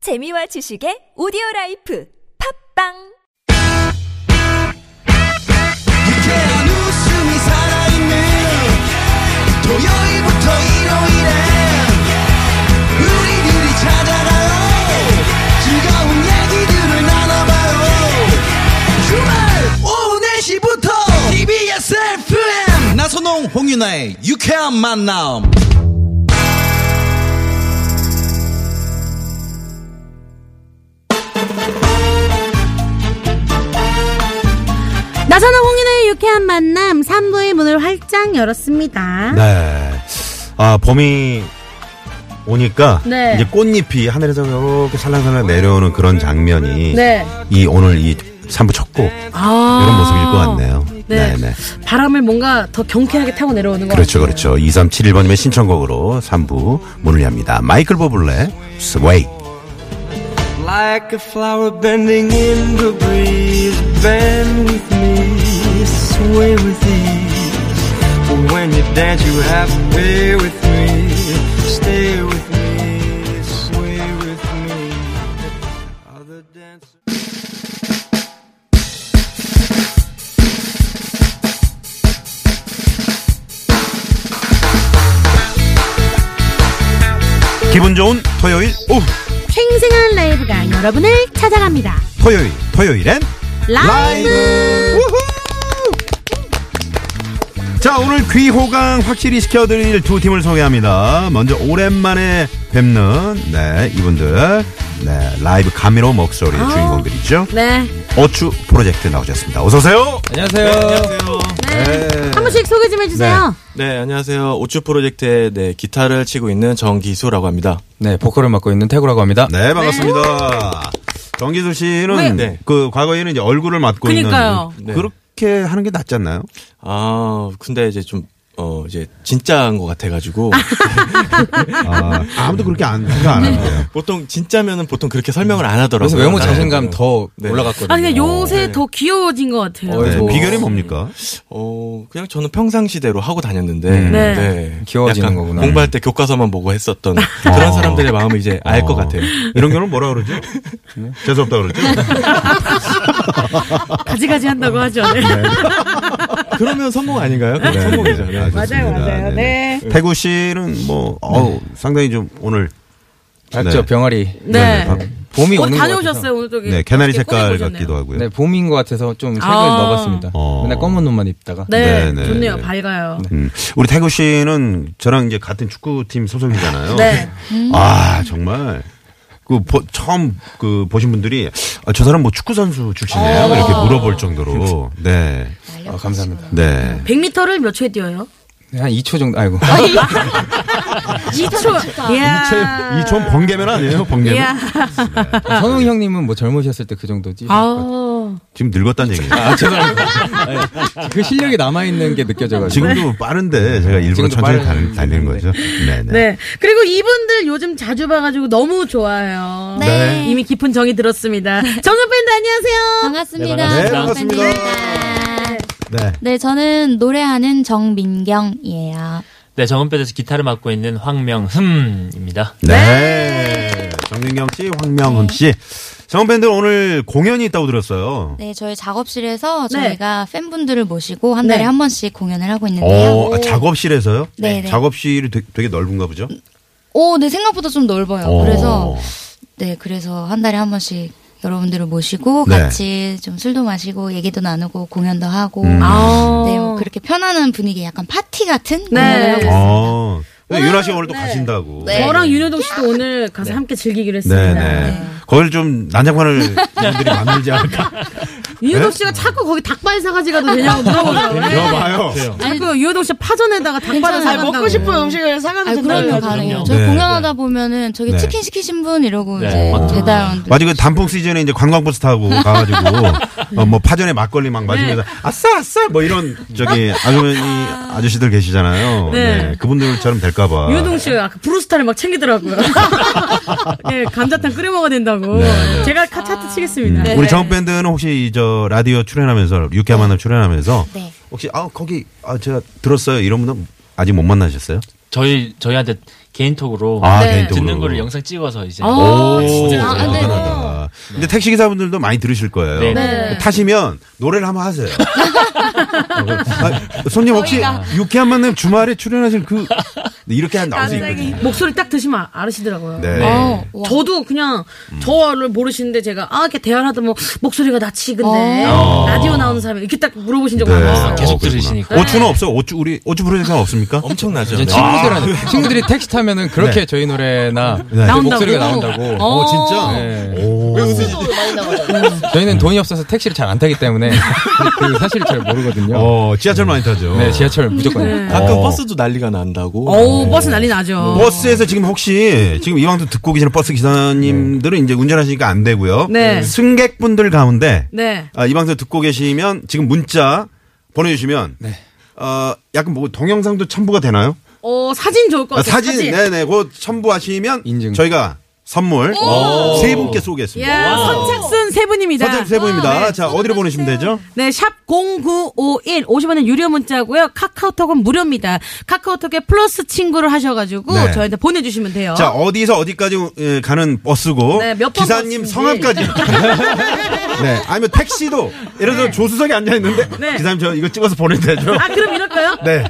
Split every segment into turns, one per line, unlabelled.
재미와 지식의 오디오 라이프 팝빵
유쾌한 웃음이 살아있는 토요일부터 일요일에 우리들이 찾아가요 즐거운 얘기들을 나눠봐요 주말 오후 4시부터 TBS FM 나선홍 홍윤아의 유쾌한 만남
나선호 홍인의 유쾌한 만남 3부의 문을 활짝 열었습니다.
네. 아, 봄이 오니까
네.
이제 꽃잎이 하늘에서 이렇게 살랑살랑 내려오는 그런 장면이
네.
이 오늘 이 3부 첫 곡
아.
이런 모습일 것 같네요.
네.
네, 네.
바람을 뭔가 더 경쾌하게 타고 내려오는 거
그렇죠, 그렇죠. 2371번님의 신청곡으로 3부 문을 엽니다. 마이클 버블레, 스웨이.
Like a flower bending in the breeze, bend with me, sway with ease. But when you dance, you have to be with me, stay with me, sway with me. Other dancers.
기분 좋은 토요일 오후. 그렇죠.
생생한 라이브가 여러분을 찾아갑니다.
토요일, 토요일엔
라이브.
자, 오늘 귀호강 확실히 시켜드릴 두 팀을 소개합니다. 먼저 오랜만에 뵙는, 네, 이분들. 네, 라이브 카메라 목소리의
아.
주인공들이죠.
네.
어추 프로젝트 나오셨습니다. 어서오세요.
안녕하세요. 네, 안녕하세요.
네. 한 분씩 소개 좀 해주세요.
오추 네, 프로젝트의 네, 기타를 치고 있는 정기수라고 합니다.
네, 보컬을 맡고 있는 태구라고 합니다.
네, 반갑습니다. 정기수 씨는
네.
그 과거에는 이제 얼굴을 맡고
그러니까요.
있는.
네.
그렇게 하는 게 낫지 않나요?
아, 근데 이제 좀, 어, 이제 진짜인 것 같아가지고.
아, 아무도 그렇게 안, 생각 안 하는데요.
보통 진짜면은 보통 그렇게 설명을 안 하더라고요.
그래서 외모 자신감 더
네.
올라갔거든요.
아, 근데 요새 더 귀여워진 것 같아요.
어,
어, 네,
뭐.
그래서-
비결이 뭡니까?
어, 그냥 저는 평상시대로 하고 다녔는데.
네.
귀여워지는
약간
거구나.
공부할 때 교과서만 보고
어.
했었던 그런 사람들의 마음을 이제 알 것
어.
같아요.
이런 경우는 뭐라 그러죠?
네.
재수없다 그러죠? 네,
가지가지 한다고 하죠. 네.
그러면 성공 아닌가요? 그럼
네.
성공이죠.
네, 알겠습니다.
맞아요. 네.
예.
태구 씨는 뭐, 어우, 상당히 좀 오늘.
밝죠,
네.
네. 병아리.
네.
밥-
봄이
오늘
오는 것
다녀오셨어요.
같아서.
오늘 저기.
네, 개나리
이렇게
색깔
꺼내보셨네요.
같기도 하고요.
네, 봄인 것 같아서 좀 색을
아.
넣어봤습니다.
어.
맨날 검은 옷만 입다가.
네.
네, 네,
좋네요.
네.
밝아요.
음, 우리 태구 씨는 저랑 이제 같은 축구팀 소속이잖아요.
네.
아, 정말. 그, 보- 처음, 그, 보신 분들이, 아, 저 사람 뭐 축구선수 출신이에요? 이렇게 물어볼 정도로. 네.
아, 감사합니다.
네.
100m를 몇 초에 뛰어요?
네, 한 2초 정도, 아이고.
2초. 이야.
이촌 번개면 아니에요? 번개면?
이야.
선웅 형님은 뭐 젊으셨을 때 그 정도지.
아우.
지금 늙었다는 얘기예요.
아, 죄송합니다. 네, 그 실력이 남아있는 게 느껴져가지고.
지금도 빠른데 제가 일부러
네. 지금도
천천히
빠른-
달- 달리는 거죠. 네, 네.
네. 그리고 이분들 요즘 자주 봐가지고 너무 좋아요.
네.
이미 깊은 정이 들었습니다. 정은 밴드 안녕하세요.
반갑습니다.
네, 반갑습니다.
정은입니다.
네.
네, 저는 노래하는 정민경이에요.
네, 정은뼈에서 기타를 맡고 있는 황명흠입니다.
네. 정민경 씨, 황명흠 씨. 정밴드 오늘 공연이 있다고 들었어요.
네, 저희 작업실에서
네.
저희가 팬분들을 모시고 한 달에
네.
한 번씩 공연을 하고 있는데요.
어, 아, 작업실에서요?
네, 네.
작업실이 되게, 되게 넓은가 보죠?
오, 네, 생각보다 좀 넓어요.
어.
그래서, 네, 그래서 한 달에 한 번씩 여러분들을 모시고
네.
같이 좀 술도 마시고 얘기도 나누고 공연도 하고.
음.
아.
네, 뭐 그렇게 편안한 분위기 약간 파티 같은
네.
공연을 하고
어. 네, 윤아 씨가 오늘 또
네.
가신다고.
저랑 윤효동 씨도 오늘 가서 함께 즐기기로
네,
했습니다.
네. 거기를 좀 난장판을 분들이 만들지 않을까.
윤효동 씨가 자꾸 거기 닭발 사가지 가도 되냐고 물어보더라고요.
네. 여봐요.
자꾸 윤효동 씨 파전에다가 닭발을
괜찮아요.
사간다고. 네. 먹고 싶은 음식을 사가는
아, 그럼요, 가능해요. 저희
네,
공연하다 보면은 저기
네.
치킨 시키신 분 이러고
네.
이제
맞죠.
배달 온
맞아, 그 단풍 시즌에 이제 관광버스 타고 가가지고, 어, 뭐 파전에 막걸리 막 마시면서, 아싸, 아싸! 뭐 이런, 저기, 아주머니, 아저씨들 계시잖아요.
네.
네. 그분들처럼 될까봐.
유동 씨가 아까 브루스타를 막 챙기더라고요. 예, 감자탕 끓여 먹어야 된다고. 제가 카 차트 치겠습니다.
네.
음. 우리 정밴드는 혹시 이 저 라디오 출연하면서 유쾌한 만남 출연하면서
네.
혹시 아 거기 아 제가 들었어요 이런 분은 아직 못 만나셨어요?
저희 저희한테 개인톡으로
아,
네.
개인적으로.
듣는 거를 영상 찍어서 이제
오,
오,
진짜.
아, 네.
대단하다. 근데 택시 기사분들도 많이 들으실 거예요.
네.
네.
타시면 노래를 한번 하세요. 아, 손님 혹시 유쾌한 만남 주말에 출연하실 그 이렇게 한 나올 수 있거든요.
목소리 딱 드시면 아- 알으시더라고요.
네.
어, 와.
저도 그냥 저를 모르시는데 제가 아 이렇게 대화를 하다 뭐 목소리가 낯이 근데 라디오 나오는 사람이 이렇게 딱 물어보신 적
네.
많았어요.
아, 계속
어, 그렇구나.
들으시니까.
오추는 없어. 오추 우리 오추 프로젝트는 없습니까?
엄청나죠. 네.
이제
아.
친구들한테 친구들이 텍스 타면은 그렇게 저희 노래나 제
나온다고?
목소리가 나온다고.
네.
네.
어, 진짜. 오.
저희는 돈이 없어서 택시를 잘 안 타기 때문에 그 사실을 잘 모르거든요.
어, 지하철 많이 타죠.
네, 지하철 무조건.
가끔
어.
버스도 난리가
어.
난다고.
오 버스 난리 나죠.
버스에서 지금 혹시 지금 이왕도 듣고 계시는 버스 기사님들은 이제 운전하시니까 안 되고요.
네.
승객분들 가운데
네.
아, 이 방송 듣고 계시면 지금 문자 보내주시면
네.
어, 약간 뭐 동영상도 첨부가 되나요?
어 사진 좋을 것
아,
같아요.
사진, 네네 그 첨부하시면
인증.
저희가 선물 세 분께 쏘겠습니다.
야 예, 선착순 세 분입니다.
선택 세 분입니다.
네.
자 어디로 보내시면 되죠?
네, 샵 0951. 50원은 유료 문자고요. 카카오톡은 무료입니다. 카카오톡에 플러스 친구를 하셔가지고
네.
저희한테 보내주시면 돼요.
자 어디서 어디까지 예, 가는 버스고
네, 몇번
기사님
버스인지.
성함까지 네 아니면 택시도 예를 들어 조수석에 앉아 있는데
네.
기사님 저 이거 찍어서 보내도 되죠?
아, 그럼 이럴까요?
네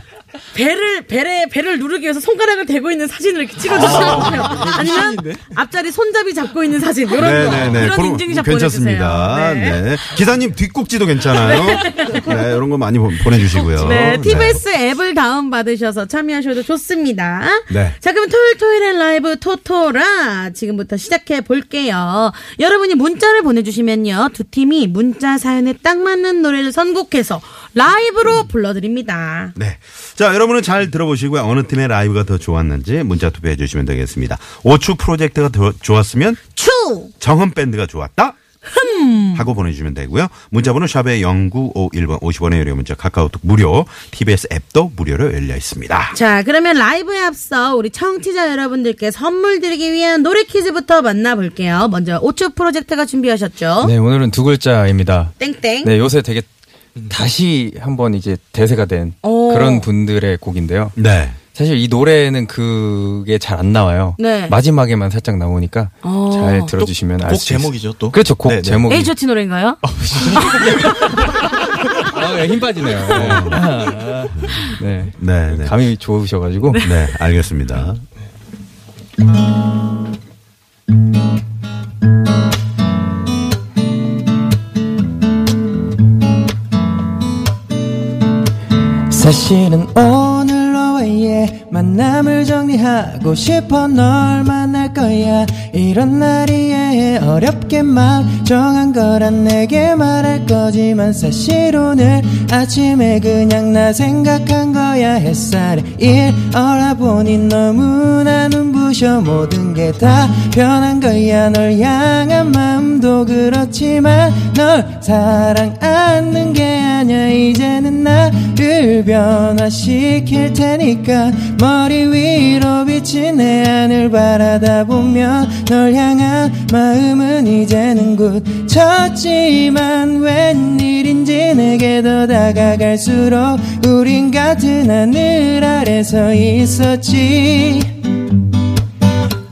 배를, 배를, 배를 누르기 위해서 손가락을 대고 있는 사진을 이렇게
아,
찍어주시면 돼요. 아니면 앞자리 손잡이 잡고 있는 사진. 이런
네,
거. 이런
그런-
인증샷
괜찮습니다.
보내주세요. 네.
네. 기사님 뒷꼭지도 괜찮아요. 네, 이런 거 많이 보- 보내주시고요.
네, TBS 앱을 다운받으셔서 참여하셔도 좋습니다.
네.
자, 그럼 토요일 토요일의 라이브 토토라 지금부터 시작해 볼게요. 여러분이 문자를 보내주시면요. 두 팀이 문자 사연에 딱 맞는 노래를 선곡해서 라이브로 불러드립니다.
네. 자, 여러분은 잘 들어보시고요. 어느 팀의 라이브가 더 좋았는지 문자 투표해 주시면 되겠습니다. 오추 프로젝트가 더 좋았으면
추!
정은 밴드가 좋았다. 하고 보내주시면 되고요. 문자번호 샵의 0951번 50원의 유료 문자 카카오톡 무료 TBS 앱도 무료로 열려 있습니다.
자, 그러면 라이브에 앞서 우리 청취자 여러분들께 선물 드리기 위한 노래 퀴즈부터 만나볼게요. 먼저 오츠 프로젝트가 준비하셨죠?
네, 오늘은 두 글자입니다.
땡땡.
네, 요새 되게 다시 한번 이제 대세가 된
오.
그런 분들의 곡인데요.
네.
사실 이 노래는 그게 잘 안 나와요.
네.
마지막에만 살짝 나오니까
어.
잘 들어주시면
또
알수
곡 제목이죠, 또?
그렇죠, 곡
네, 네.
제목이.
에이저티 노래인가요?
아, 네, 힘 빠지네요. 네.
네. 네.
감이 좋으셔가지고.
네, 알겠습니다.
사실은 오늘로 의 만남을 정리하고 싶어 널 만날 거야 이런 날이에 어렵게 말 정한 거란 내게 말할 거지만 사실 오늘 아침에 그냥 나 생각한 거야 햇살에 일얼어보니 너무나 눈부셔 모든 게 다 변한 거야 널 향한 마음도 그렇지만 널 사랑하는 게 아냐 이제는 나를 변화시킬 테니까 머리 위로 비친 내 하늘 바라다 보면 널 향한 마음은 이제는 굳혔지만 웬일인지 내게 더 다가갈수록 우린 같은 하늘 아래 서 있었지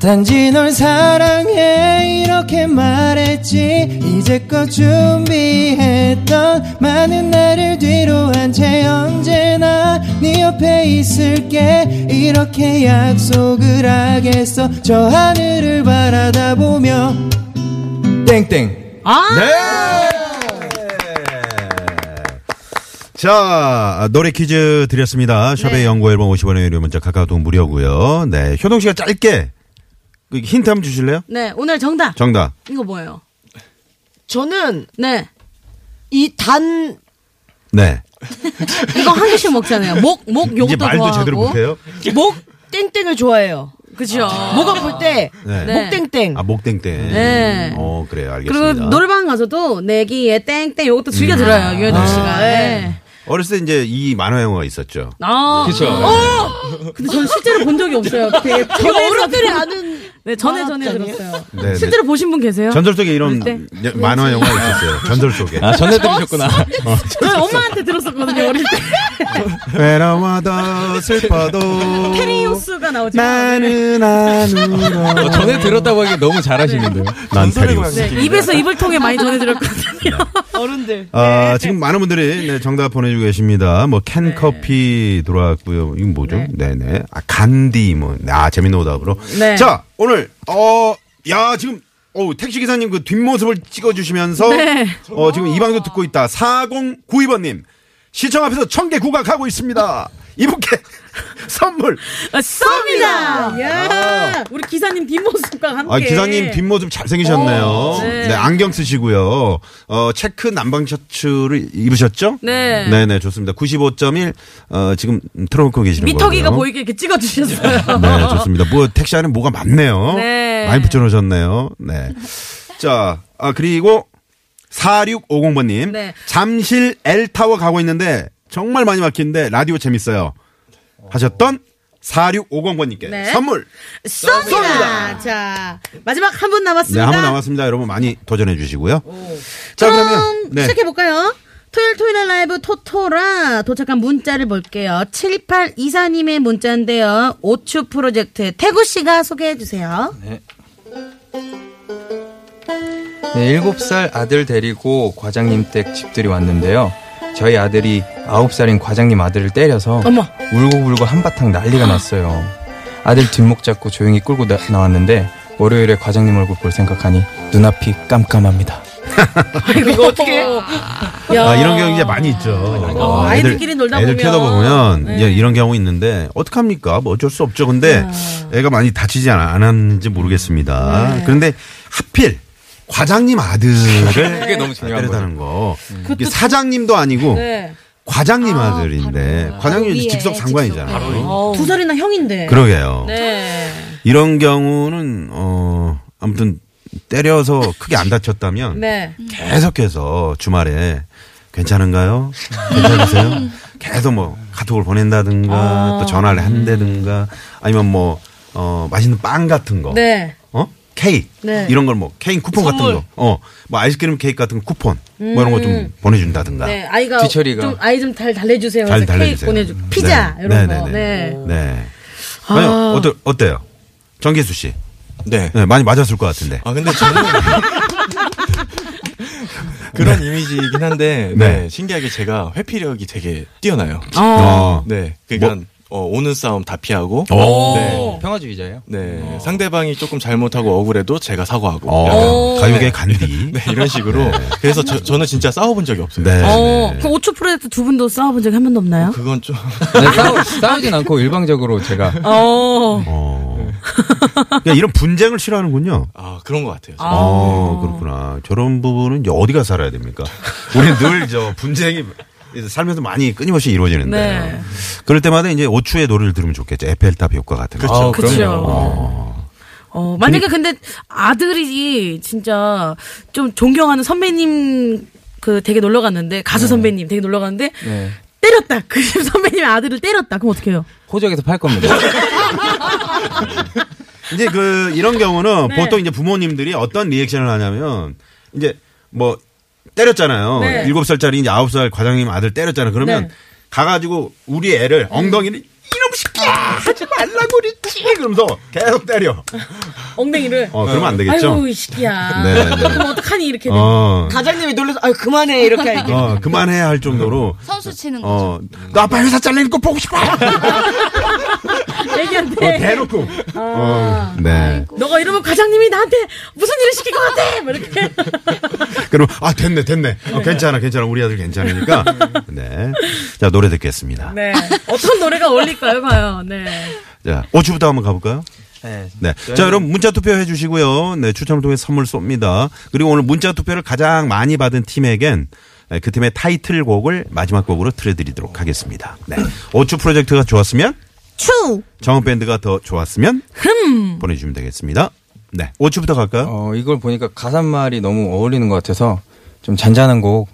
단지 널 사랑해 이렇게 말했지 이제껏 준비했던 많은 나를 뒤로 한 채 언제나 네 옆에 있을게 이렇게 약속을 하겠어 저 하늘을 바라다 보며
땡땡.
아!
자, 노래 퀴즈 드렸습니다. 샵의
네.
연구 앨범 50원의 유료 문자 카카오톡 무료고요. 네, 효동 씨가 짧게 그 힌트 한번 주실래요?
네, 오늘 정답.
정답.
이거 뭐예요?
저는
네.
이 단
네.
이거 한 개씩 먹잖아요. 목, 목 요것도
이제 말도
좋아하고.
제대로 못해요.
목 땡땡을 좋아해요.
그죠.
목 아플 때
네.
네.
목땡땡.
아, 목땡땡.
네.
어, 그래요.
그리고
알겠습니다.
노래방 가서도 내기에 땡땡 요것도 즐겨 들어요. 유현정
아.
씨가. 네.
어렸을 때 이제 이 만화 영화가 있었죠.
아.
그쵸.
근데 저는 실제로 본 적이 없어요. 되게
이거
전에서
어른들이 아는
네, 전에 전에
만화장이에요?
들었어요.
네, 네.
실제로 보신 분 계세요?
전설 속에 이런
네.
만화 영화 있었어요. 전설 속에.
아, 전에 들으셨구나. 어.
저희 엄마한테 들었었거든요 어릴 때.
외로워도 슬퍼도
테리우스가 나오죠.
나는 안 울어.
어, 전에 들었다고 하기 너무 잘하시는데요.
난 테리우스.
네, 입에서 입을 통해 많이 전해드렸거든요. 어른들.
아, 지금 많은 분들이 네, 정답 보내주고 계십니다. 뭐,
네.
캔커피 들어왔고요. 이건 뭐죠? 네. 네 아, 간디, 뭐. 아, 재밌는 오답으로.
네.
자, 오늘, 어, 야, 지금, 어 택시기사님 그 뒷모습을 찍어주시면서.
네.
어, 지금 이 방도 듣고 있다. 4092번님. 시청 앞에서 청계 국악하고 있습니다. 이분께 선물.
쏩니다! 야 우리 기사님 뒷모습과 함께.
아, 기사님 뒷모습 잘생기셨네요.
오,
네.
예. 네.
안경 쓰시고요. 어, 체크 남방 셔츠를 입으셨죠?
네.
네네, 좋습니다. 95.1, 어, 지금 틀어놓고 계시는 거예요.
미터기가 보이게 이렇게 찍어주셨어요.
네, 좋습니다. 뭐, 택시 안에 뭐가 많네요.
네.
많이 붙여놓으셨네요. 네. 자, 아, 그리고 4650번님.
네.
잠실 L타워 가고 있는데 정말 많이 막히는데 라디오 재밌어요. 하셨던 4650번님께
네.
선물!
쏩니다! 자, 마지막 한 분
네,
남았습니다.
한 번 남았습니다. 여러분 많이 도전해 주시고요. 자,
그럼
그러면. 네.
시작해볼까요? 토요일 토요일 라이브 토토라 도착한 문자를 볼게요. 7824님의 문자인데요. 오추 프로젝트의 태구씨가 소개해주세요.
네, 7살 아들 데리고 과장님 댁 집들이 왔는데요. 저희 아들이 9살인 과장님 아들을 때려서
어머.
울고불고 한바탕 난리가 났어요. 아들 뒷목 잡고 조용히 끌고 나, 나왔는데 월요일에 과장님 얼굴 볼 생각하니 눈앞이 깜깜합니다.
네.
이거 어떻게?
아, 이런 경우 이제 많이 있죠. 어,
그러니까 아이들끼리 놀다 보면.
애들
네.
키우다 보면 이제 이런 경우 있는데 어떡합니까? 뭐 어쩔 수 없죠. 근데 애가 많이 다치지 않- 않았는지 모르겠습니다.
네.
그런데 하필 과장님 아들을
그게 너무 중요한
때렸다는 거. 이게 사장님도 아니고
네.
과장님 아, 들인데
바로
과장님이
위에
직속 상관이잖아요.
두 살이나 형인데.
그러게요.
네.
이런 경우는 어 아무튼 때려서 크게 안 다쳤다면
네.
계속해서 주말에 괜찮은가요? 괜찮으세요?
음.
계속 뭐 카톡을 보낸다든가
아.
또 전화를 한다든가 아니면 뭐 어, 맛있는 빵 같은 거,
네.
어 케이크
네.
이런 걸 뭐 케이크 쿠폰 같은 거, 어뭐 아이스크림 케이크 같은 거 쿠폰 뭐 이런 거 좀 보내준다든가.
네, 아이가
뒤처리가.
좀 아이 좀 잘 달래주세요.
잘
그래서 케이크
달래주세요.
보내주 피자
네.
이런
네,
거.
네,
네.
네. 네. 아니요 어때 어때요? 정기수 씨,
네.
네, 많이 맞았을 것 같은데.
아 근데 저는 그런 이미지이긴 한데 네.
네.
신기하게 제가 회피력이 되게 뛰어나요.
아.
어.
네. 그러니까 어, 오는 싸움 다 피하고 네.
평화주의자예요?
네. 상대방이 조금 잘못하고 억울해도 제가 사과하고 약간
어, 가요계 간디.
네, 이런 식으로 그래서 저, 저는 진짜 싸워본 적이 없어요.
네.
어, 그럼 오초 프로젝트 두 분도 싸워본 적이 한 번도 없나요?
그건 좀
네, 싸우, 싸우진 않고 일방적으로 제가
어.
어. 그러니까 이런 분쟁을 싫어하는군요.
아, 그런 것 같아요.
아, 그렇구나. 저런 부분은 이제 어디가 살아야 됩니까? 우리 늘 저 분쟁이 살면서 많이 끊임없이 이루어지는데.
네.
그럴 때마다 이제 오추의 노래를 들으면 좋겠죠. 에펠탑 효과 같은 거. 어.
아,
그렇죠. 어, 만약에 근데 아들이 진짜 좀 존경하는 선배님 그 되게 놀러 갔는데
네.
가수 선배님 되게 놀러 갔는데
네.
때렸다. 그 선배님의 아들을 때렸다. 그럼 어떻게 해요?
호적에서 팔 겁니다.
이제 그 이런 경우는 보통 이제 부모님들이 어떤 리액션을 하냐면 이제 뭐 때렸잖아요.
네.
일곱 살짜리 이제 아홉 살 과장님 아들 때렸잖아. 요
네.
그러면 가가지고 우리 애를 엉덩이를 이놈 새끼야 하지 말라고 그랬지 그러면서 계속 때려.
엉덩이를
어 그러면 안 되겠죠.
아이고 이 시기야.
네, 네.
그럼 어떡하니 이렇게 되면.
어,
가장님이 놀라서 아유 그만해 이렇게 할게.
어 그만해 할 정도로
선수 치는 거죠.
어 너 아빠 회사 잘리는 거 보고 싶어.
애기한테
어, 대놓고. 어, 네.
너가 이러면 과장님이 나한테 무슨 일을 시킬 것 같아! 막 이렇게.
그럼 아 됐네 됐네. 어, 괜찮아 괜찮아 우리 아들 괜찮으니까. 네. 자 노래 듣겠습니다.
네. 어떤 노래가 어울릴까요, 과연? 네.
자, 5주부터 한번 가볼까요?
네.
네. 자, 여러분 문자 투표 해주시고요. 네, 추첨을 통해 선물 쏩니다. 그리고 오늘 문자 투표를 가장 많이 받은 팀에겐 네, 그 팀의 타이틀곡을 마지막 곡으로 틀어드리도록 하겠습니다. 네. 5주 프로젝트가 좋았으면
추!
정은밴드가 더 좋았으면 흠 보내주시면 되겠습니다. 네. 5주부터 갈까요?
어, 이걸 보니까 가사말이 너무 어울리는 것 같아서 좀 잔잔한 곡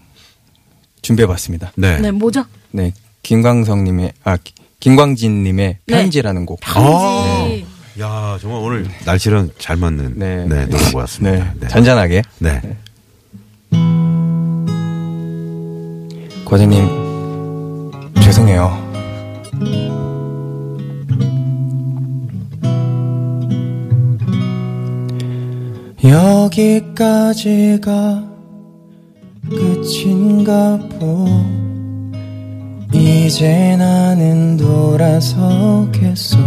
준비해봤습니다.
네.
네, 뭐죠?
네, 김광성님의 아 기- 김광진님의 편지라는 곡.
어, 야 정말 오늘 날씨랑 잘 맞는 네,
네.
노래 보았습니다.
네. 잔잔하게.
네.
과장님 죄송해요. 여기까지가 끝인가 보. 이제 나는 돌아서겠어.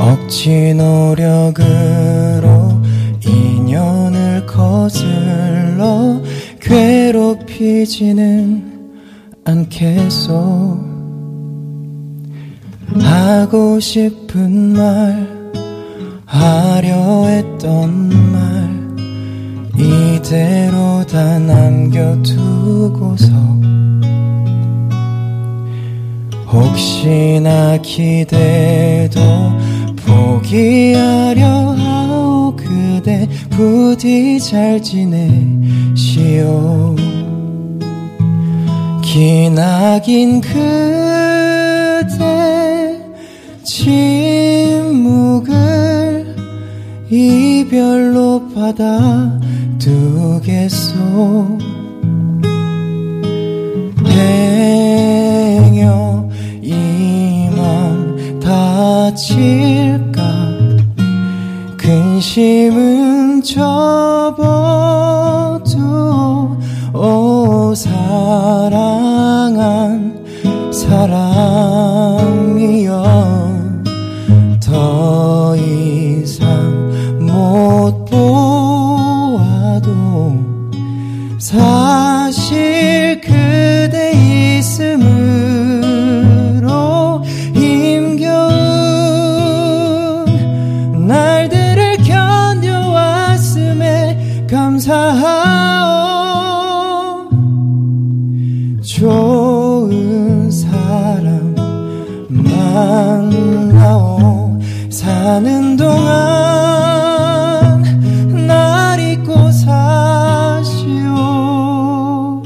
억지 노력으로 인연을 거슬러 괴롭히지는 않겠소 하고 싶은 말 하려 했던 말 이대로 다 남겨두고서 혹시나 기대도 포기하려 하오 그대 부디 잘 지내시오 기나긴 그대 침묵을 이별로 받아두겠소 행여 이맘 다칠까 근심은 접어두오 오, 사랑한 사랑이여 더 이상 못 보아도 사실 그대 있음으로 힘겨운 날들을 견뎌왔음에 감사하오 좋은 사람 만나오 사는 동안 날 잊고 사시오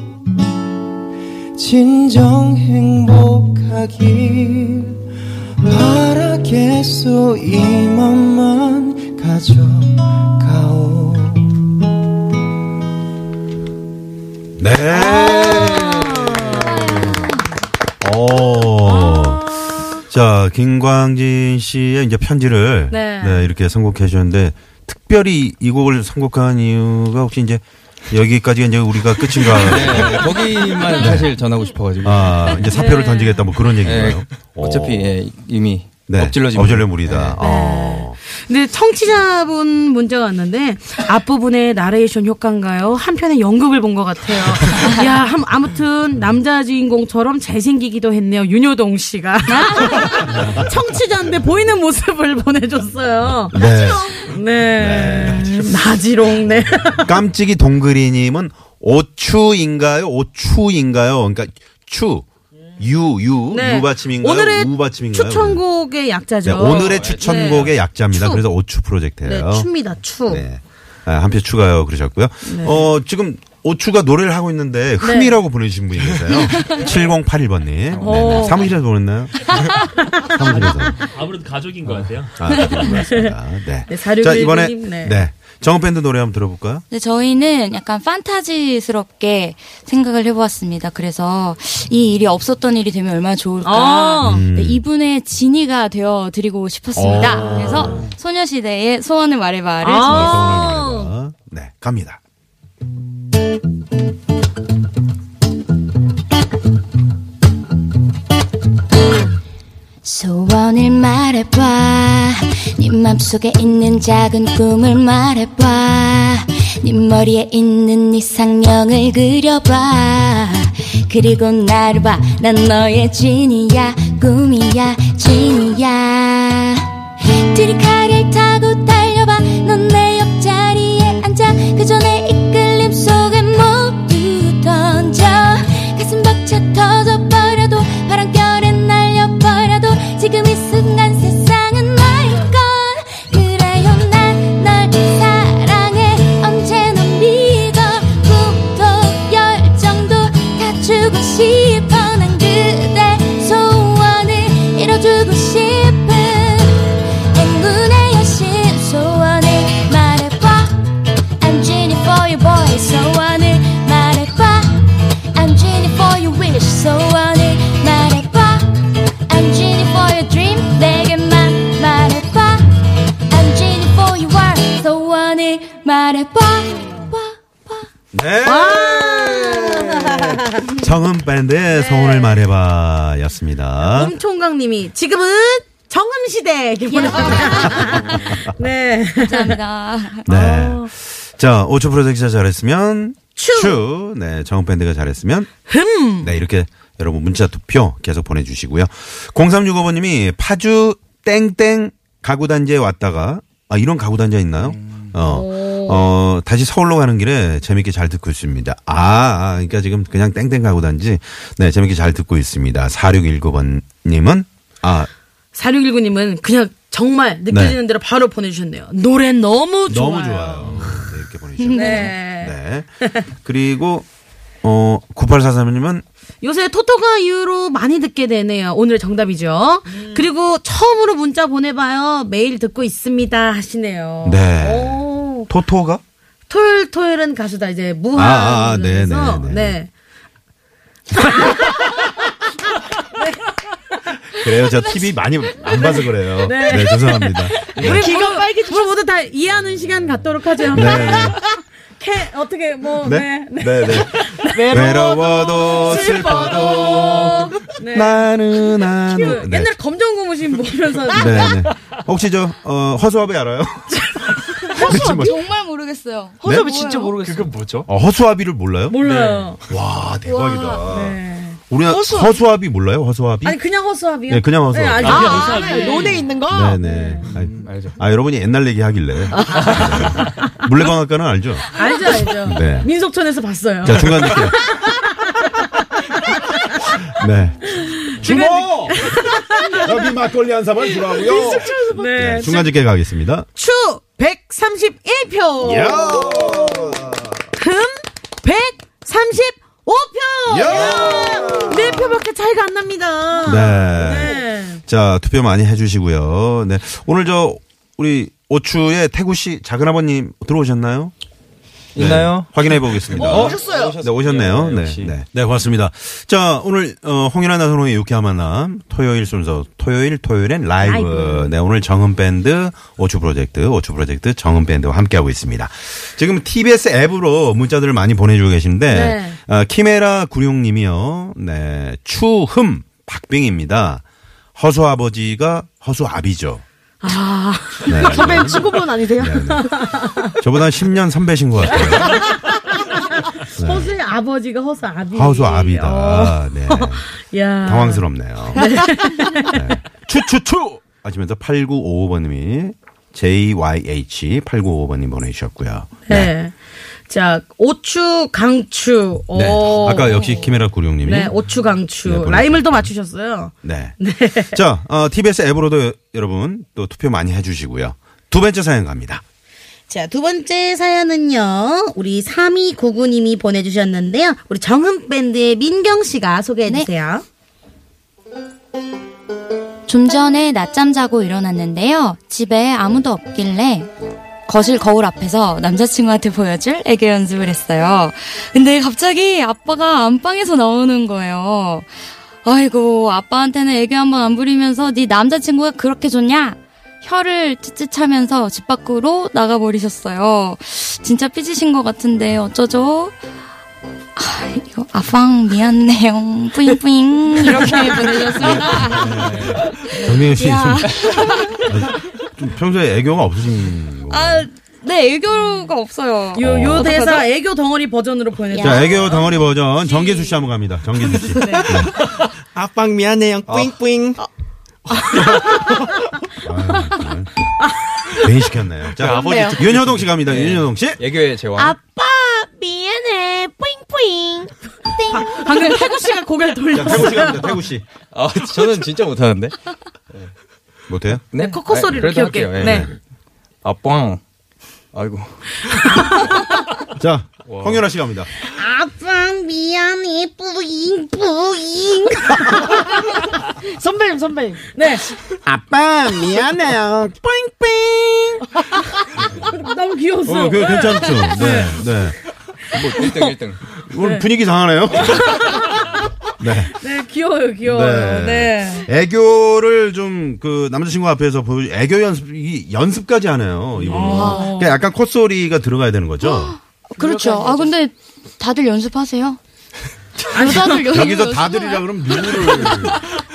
진정 행복하길 바라겠소 이 맘만 가져가오
네.
아.
오. 자, 김광진 씨의 이제 편지를
네.
네. 이렇게 선곡해 주셨는데 특별히 이 곡을 선곡한 이유가 혹시 이제 여기까지가 이제 우리가 끝인가?
네, 거기만 사실 전하고 싶어가지고
아,
네.
이제 사표를 던지겠다 뭐 그런 얘기인가요? 오.
네. 어차피 예, 네. 이미
네.
엎질러 진
엎질러 물이다. 어.
근데 청취자분 문제가 왔는데 앞부분에 나레이션 효과인가요? 한편의 연극을 본 것 같아요. 야, 함- 아무튼 남자 주인공처럼 잘생기기도 했네요. 윤효동 씨가 청취자인데 보이는 모습을 보내줬어요.
네.
네, 나지롱 네.
깜찍이 동그리님은 오추인가요? 오추인가요? 그러니까 추. 유, 유,
네.
유받침인가요?
오늘의
우받침인가요?
추천곡의 약자죠. 네.
네, 오늘의 추천곡의
그렇죠.
약자입니다.
추.
그래서 오추 프로젝트예요.
네, 춥니다. 추.
네. 아, 한표 추가요 그러셨고요.
네.
어, 지금 오추가 노래를 하고 있는데 흠이라고 보내주신 분이 계세요. 7081번님. 네.
오.
사무실에서 보냈나요? 사무실에서.
아무래도 가족인 것 같아요.
아, 네, 고맙습니다. 네.
네, 사륙일
자, 이번에
님,
네.
네.
정우밴드 노래 한번 들어볼까요?
근데 저희는 약간 판타지스럽게 생각을 해보았습니다. 그래서 이 일이 없었던 일이 되면 얼마나 좋을까.
어.
음.
네, 이분의 진이가 되어 드리고
어.
싶었습니다. 그래서 소녀시대의 소원을 말해봐를
네,
아.
어, 네, 갑니다.
소원을 말해봐 네 맘속에 있는 작은 꿈을 말해봐 네 머리에 있는 네 상명을 그려봐 그리고 나를 봐난 너의 진이야 꿈이야 진이야 트리카를 타고 달려봐 넌 내 옆자리에 앉아 그저 내 이끌림 속에 모두 던져 가슴 벅차 터져버려도 바람결에 날려버려도 지금 이 순간 세상은 나의 건 그래요 난 널 사랑해 언제나 믿어 꿈도 열정도 그 갖추고 싶어 난 그대 소원을 이뤄주고 싶어 원을 말해봐.
네. 정음
네.
밴드의 성운을 말해봐
아,
였습니다.
엄총각님이 지금은 정음 시대 이렇게 보내주세요. 네.
감사합니다.
네. 자, 5초 프로젝트가 잘했으면
추. 음.
추. 네, 정음 밴드가 잘했으면 흠. 네, 이렇게 여러분 문자 투표 계속 보내 주시고요. 0365번 님이 파주 땡땡 가구 단지에 왔다가 아, 이런 가구 단지가 있나요? 어. 어, 다시 서울로 가는 길에 재밌게 잘 듣고 있습니다. 아, 아, 그러니까 지금 그냥 땡땡 가구 단지 네, 재밌게 잘 듣고 있습니다. 4619번 님은 아,
4619님은 그냥 정말 느껴지는 대로 바로 보내주셨네요. 노래 너무 좋아요.
네. 너무 좋아요. 네, 이렇게 보내주셨고.
네.
네. 그리고 어 9843님은
요새 토토가 이후로 많이 듣게 되네요. 오늘 정답이죠.
음.
그리고 처음으로 문자 보내봐요. 매일 듣고 있습니다. 하시네요.
네.
오.
토토가
토요일 토요일은 가수다 이제 무한
아, 아, 네,
그래서
네, 네.
네.
그래요. 저 TV 많이 안 봐서 그래요. 네, 죄송합니다. 네.
우리 기가 빨개지죠. 우리 어, 모두 다 이해하는 시간 갖도록 하죠.
네.
캐 어떻게 뭐
네.
네.
네. 네. 외로워도 슬퍼도
네.
나는 안.
그
네.
옛날 검정 고무신 보면서
네. 네. 혹시 저 어, 허수아비 알아요? 뭐.
허수 정말 모르겠어요.
네?
허섭이 진짜 모르겠어.
그게 뭐죠?
어, 허수아비를 몰라요?
몰라요.
와 대박이다.
네.
우리 허수... 허수아비 몰라요? 허수아비?
아니 그냥 허수아비요.
네, 그냥 허수아비.
알죠. 네.
아, 아, 논에 있는 거?
네네. 아, 아, 여러분이 옛날 얘기 하길래. 네. 물레방앗간은 알죠?
알죠 알죠.
네.
민속촌에서 봤어요.
자, 중간 느낌. 네. 주모! 여기 막걸리 한 사발 주라고요.
네.
중간 집게 가겠습니다.
추 131표.
야!
금 135표.
야!
4표밖에 차이가 안 납니다.
네.
네.
자, 투표 많이 해주시고요. 네. 오늘 저, 우리 오추의 태구 씨 작은아버님 들어오셨나요? 네.
있나요?
확인해 보겠습니다.
오셨어요. 예,
네, 오셨네요. 네,
역시.
네. 네, 고맙습니다. 자, 오늘, 어, 홍윤아 나선홍의 유쾌한 만남, 토요일 순서, 토요일, 토요일엔 라이브. 네, 오늘 정은밴드, 오추 프로젝트, 오추 프로젝트 정은밴드와 함께하고 있습니다. 지금 TBS 앱으로 문자들을 많이 보내주고 계신데,
네.
어, 키메라 구룡님이요. 네, 추흠 박빙입니다. 허수 아버지가 허수 아비죠.
아,
네.
선배 친구분 아니세요?
저보다 한 10년 선배신 것 같아요.
허수의 아버지가 허수 아비.
허수 네. 아비다. 네.
아.
야.
당황스럽네요. 네. 추추추! 하시면서 8955번님이 JYH8955번님 보내주셨고요.
네. 자, 오추 강추. 오.
네. 아까 역시 키메라 구룡님이.
네,
네.
오추
네,
강추.
보내주세요.
라임을 또 맞추셨어요.
네.
자, 어, TBS 앱으로도 여- 여러분 또 투표 많이 해주시고요. 두 번째 사연 갑니다.
자, 두 번째 사연은요. 우리 3299님이 보내주셨는데요. 우리 정음밴드의 민경씨가 소개해주세요.
좀 전에 낮잠 자고 일어났는데요. 집에 아무도 없길래 거실 거울 앞에서 남자친구한테 보여줄 애교 연습을 했어요. 근데 갑자기 아빠가 안방에서 나오는 거예요. 아이고 아빠한테는 애교 한 번 안 부리면서 네 남자친구가 그렇게 좋냐? 혀를 찢찢 차면서 집 밖으로 나가버리셨어요. 진짜 삐지신 것 같은데 어쩌죠? 아, 이거 아빵 미안해요. 뿌잉뿌잉 이렇게 보내셨습니다.
정민영 씨. 좀, 아, 좀 평소에 애교가 없으신 거.
아, 네, 애교가 없어요.
요, 요 대사 애교 덩어리 버전으로
아,
보내주세요.
자, 애교 덩어리 버전 정계수 씨 한번 갑니다. 정계수 씨.
네.
아빵 미안해요. 뿌잉뿌잉.
괜히 시켰네요. 자,
아버지 그렇네요.
윤효동 씨 갑니다. 윤효동 씨.
네. 애교의 제왕.
방금 태구씨가 고개를
자,
돌렸어요.
태구 씨 갑니다. 태구 씨.
아, 저는 진짜 못하는데.
못해요?
네,
코코 소리로
그래도
귀엽게.
할게요. 예,
네.
예. 아, 뻥. 아이고. 뭐
자, 홍윤아 씨 갑니다.
아빵 미안해 뿌잉 뿌잉
선배님, 선배님.
네
아빠 미안해요. 뿌잉뿌잉.
너무 귀여웠어요
어, 그 괜찮죠. 네, 네.
뭐 1등 1등.
오늘 분위기 상하네요. 네.
네, 귀여워요, 귀여워요. 네.
애교를 좀 그 남자친구 앞에서 보여주 애교 연습 이 연습까지 하네요 이분.
아.
그러니까 약간 콧소리가 들어가야 되는 거죠.
그렇죠. 아 근데 다들 연습하세요? 여자들 연습-
여기서 다들이라 그러면 누구를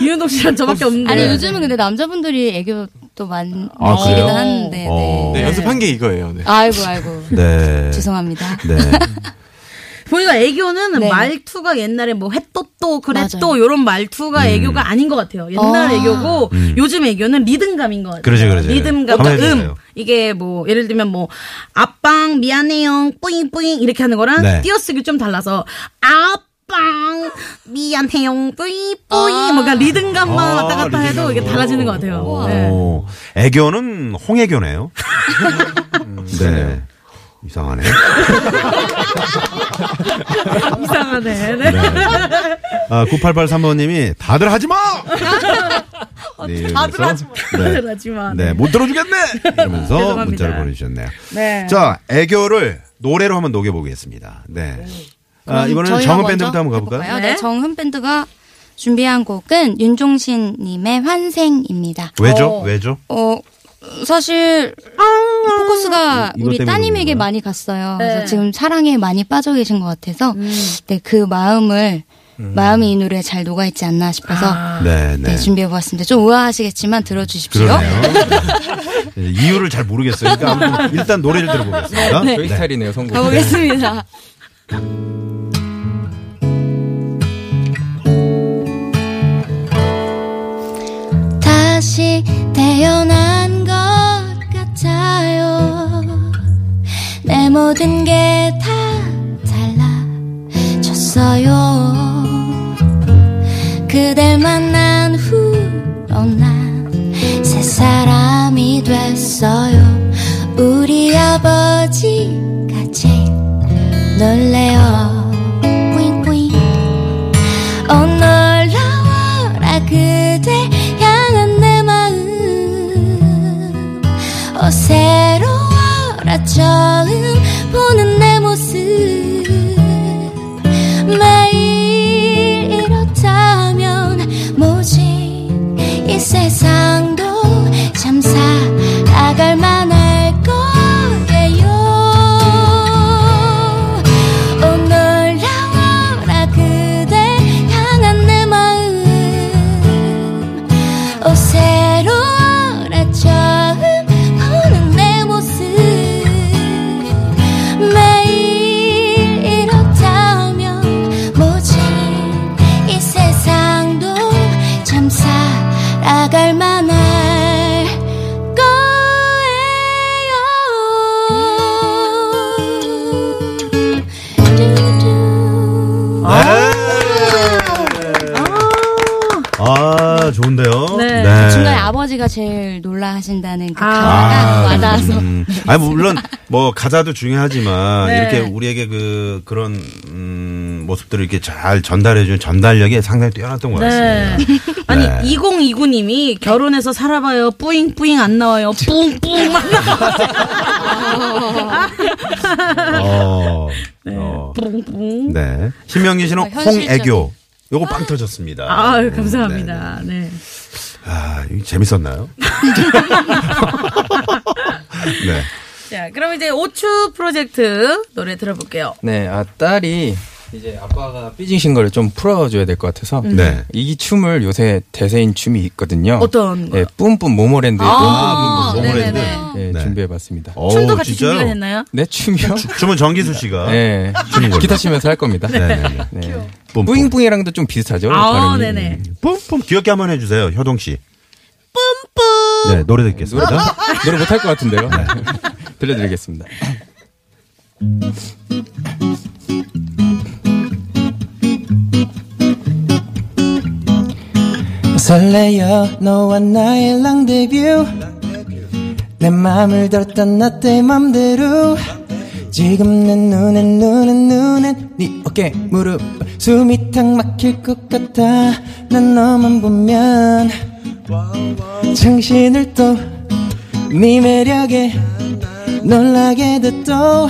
이윤동 씨랑 저밖에 없는데.
아니
네.
요즘은 근데 남자분들이 애교도 많이
아,
하시기도
그래요?
하는데.
어.
네.
네, 연습한 게 이거예요. 네.
아이고 아이고.
네.
죄송합니다.
네.
보니까 애교는
네.
말투가 옛날에 뭐 했또또 그랬또
맞아요.
요런
음.
말투가 애교가 아닌 것 같아요. 옛날
아.
애교고 요즘 애교는 리듬감인 것 같아요.
그러지, 그러지.
리듬감,
가만히
그러니까 음
해주세요.
이게 뭐 예를 들면 뭐 아빵 미안해요 뿌잉뿌잉 이렇게 하는 거랑
네.
띄어쓰기 좀 달라서 아빵 미안해요 뿌잉뿌잉 뭔가 리듬감만
아,
왔다 갔다 해도 이게
리듬감.
달라지는 것 같아요. 네.
오. 애교는 홍애교네요. 네. 이상하네.
이상하네. 네.
아, 9883번님이 다들 하지 마! 네,
다들
그래서,
하지 마. 다들 하지 마.
네, 못 들어주겠네! 이러면서
죄송합니다.
문자를 보내주셨네요.
네.
자, 애교를 노래로 한번 녹여보겠습니다. 네. 아,
그럼
이번에는
저희가
정은
먼저
밴드부터 한번 가볼까요?
해볼까요?
네.
네, 정은 밴드가 준비한 곡은 윤종신님의 환생입니다.
왜죠? 왜죠?
어 사실 포커스가
음, 이것
우리
때문에
따님에게
그런 거야?
많이 갔어요.
네.
그래서 지금 사랑에 많이 빠져 계신 것 같아서 네, 그 마음을 마음이 이 노래에 잘 녹아 있지 않나 싶어서
네,
네,
네.
준비해 보았습니다. 좀 우아하시겠지만 들어주십시오.
그러네요. 네, 이유를 잘 모르겠어요. 그러니까 아무튼 일단 노래를 들어보겠습니다.
저희 스타일이네요, 선곡.
가보겠습니다. 다시 태어난 것 같아요. 내 모든 게 다 달라졌어요. 그댈 만난 후로 난 새 사람이 됐어요. 우리 아버지가 제일 놀래요. 뿌잉뿌잉. 어, 놀라워라, 그대 향한 내 마음. 어, 새로워라, 처음 보는 내 모습. 매일 이렇다면, 뭐지, 이 세상도 참 살아갈 만할 거예요. 오늘 어, 나와라 그대 향한 내 마음 오 새로워라 처음 보는 내 모습 매일 이렇다면 뭐지 이 세상도 참 살아갈 만할 거예요 두두.
네. 아, 좋은데요?
네.
중간에 아버지가 제일 놀라 하신다는 그
아,
가사가 와닿아서
음. 아니 뭐 물론 뭐 가사도 중요하지만
네.
이렇게 우리에게 그 그런 음, 모습들을 이렇게 잘 전달해주는 전달력이 상당히 뛰어났던 것 같습니다.
네. 아니 2029님이 결혼해서 살아봐요 뿌잉뿌잉 안 나와요 뿡뿡만
어,
네.
어,
뿡뿡
네. 신명진 씨는
아, 현실적인.
홍애교. 요거 빵 터졌습니다.
어, 아
음, 네, 네.
감사합니다 네,
아, 이거 재밌었나요? 네.
자 그럼 이제 오추 프로젝트 노래 들어볼게요
네, 아, 딸이 이제 아빠가 삐지신 걸 좀 풀어줘야 될 것 같아서
네.
이 춤을 요새 대세인 춤이 있거든요.
어떤
네, 뿜뿜 모모랜드
아,
뿜뿜 모모랜드.
네네네.
네,
네.
준비해봤습니다.
어우,
춤도 같이
진짜요?
준비가 됐나요?
네, 춤이요?
춤은 정기수 씨가.
네,
춤인 걸로.
기타 치면서 할 겁니다.
네, 네, 네.
네.
뿜뿜.
뿌잉뿌잉이랑도 좀 비슷하죠?
어,
아
발음이.
네네
뿜뿜 귀엽게 한번 해주세요, 효동 씨. 뿜뿜. 네, 노래
노래,
듣겠습니다.
못- 노래 못할 것 같은데요?
네.
들려드리겠습니다.
설레요 너와 나의 랑데뷰 내 맘을 들었던 너때 맘대로 지금 내 눈엔 눈엔 눈엔 네 어깨 무릎 숨이 탁 막힐 것 같아 난 너만 보면 정신을 또 네 매력에 놀라게 됐또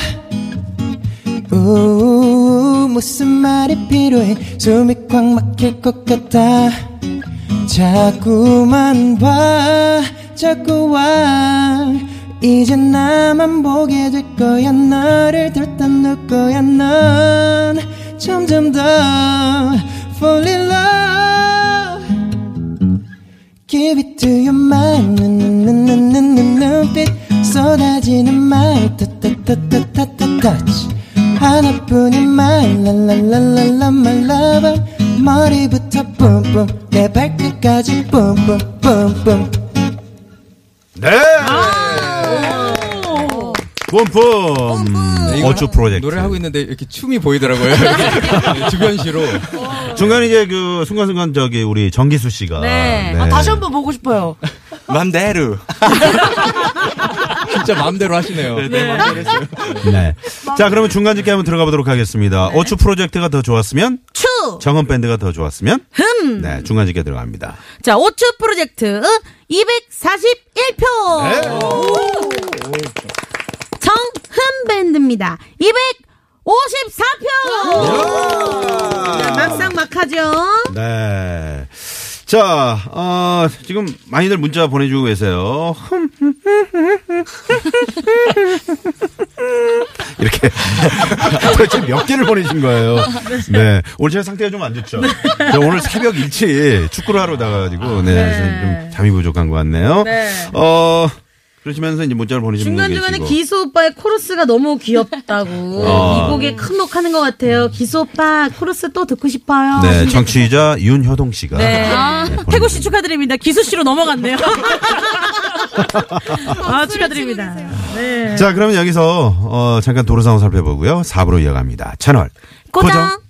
우 무슨 말이 필요해 숨이 꽉 막힐 것 같아 자꾸만 봐 아, 자꾸 와 이제 나만 보게 될 거야 너를 들떠놓을 거야 넌 점점 더 fall in love Give it to your mind 눈눈눈눈눈 눈빛 쏟아지는 말 따따따따따따 touch 하나뿐인 말 랄랄랄랄라 my lover 머리부터 뿜뿜 내 발끝까지 뿜뿜 뿜뿜
네. 뿜뿜. 음, 어쭈 프로젝트.
노래 하고 있는데 이렇게 춤이 보이더라고요. 네, 주변시로.
중간에 이제 그 순간순간 저기 우리 정기수 씨가.
네.
네.
아, 다시 한번 보고 싶어요.
맘대로.
진짜 마음대로 하시네요.
네. 자, 그러면 중간 집계 한번 들어가 보도록 하겠습니다. 어쭈 프로젝트가 더 좋았으면,
추!
정은 밴드가 더 좋았으면, 흠. 네, 중간 집계 들어갑니다.
자, 오추 프로젝트 241표. 정흠 밴드입니다. 254표. 자, 막상 막하죠.
네. 자, 어, 지금 많이들 문자 보내주고 계세요. 이렇게 도대체 몇 개를 보내신 거예요? 네. 오늘 제가 상태가 좀 안 좋죠. 제가 오늘 새벽 일찍 축구를 하러 나가가지고, 네. 그래서 좀 잠이 부족한 것 같네요.
네.
어, 그러시면서 이제 문자를 보내시는 분이
중간중간에
계시고.
기수 오빠의 코러스가 너무 귀엽다고.
어.
이 곡에 큰목하는 것 같아요. 기수 오빠 코러스 또 듣고 싶어요.
네, 정치자 윤효동 씨가.
네. 아,
네,
태구 씨 축하드립니다. 기수 씨로 넘어갔네요. 아, 축하드립니다. 네.
자, 그러면 여기서 어, 잠깐 도로 상황 살펴보고요. 4부로 이어갑니다. 채널
고정.
고정.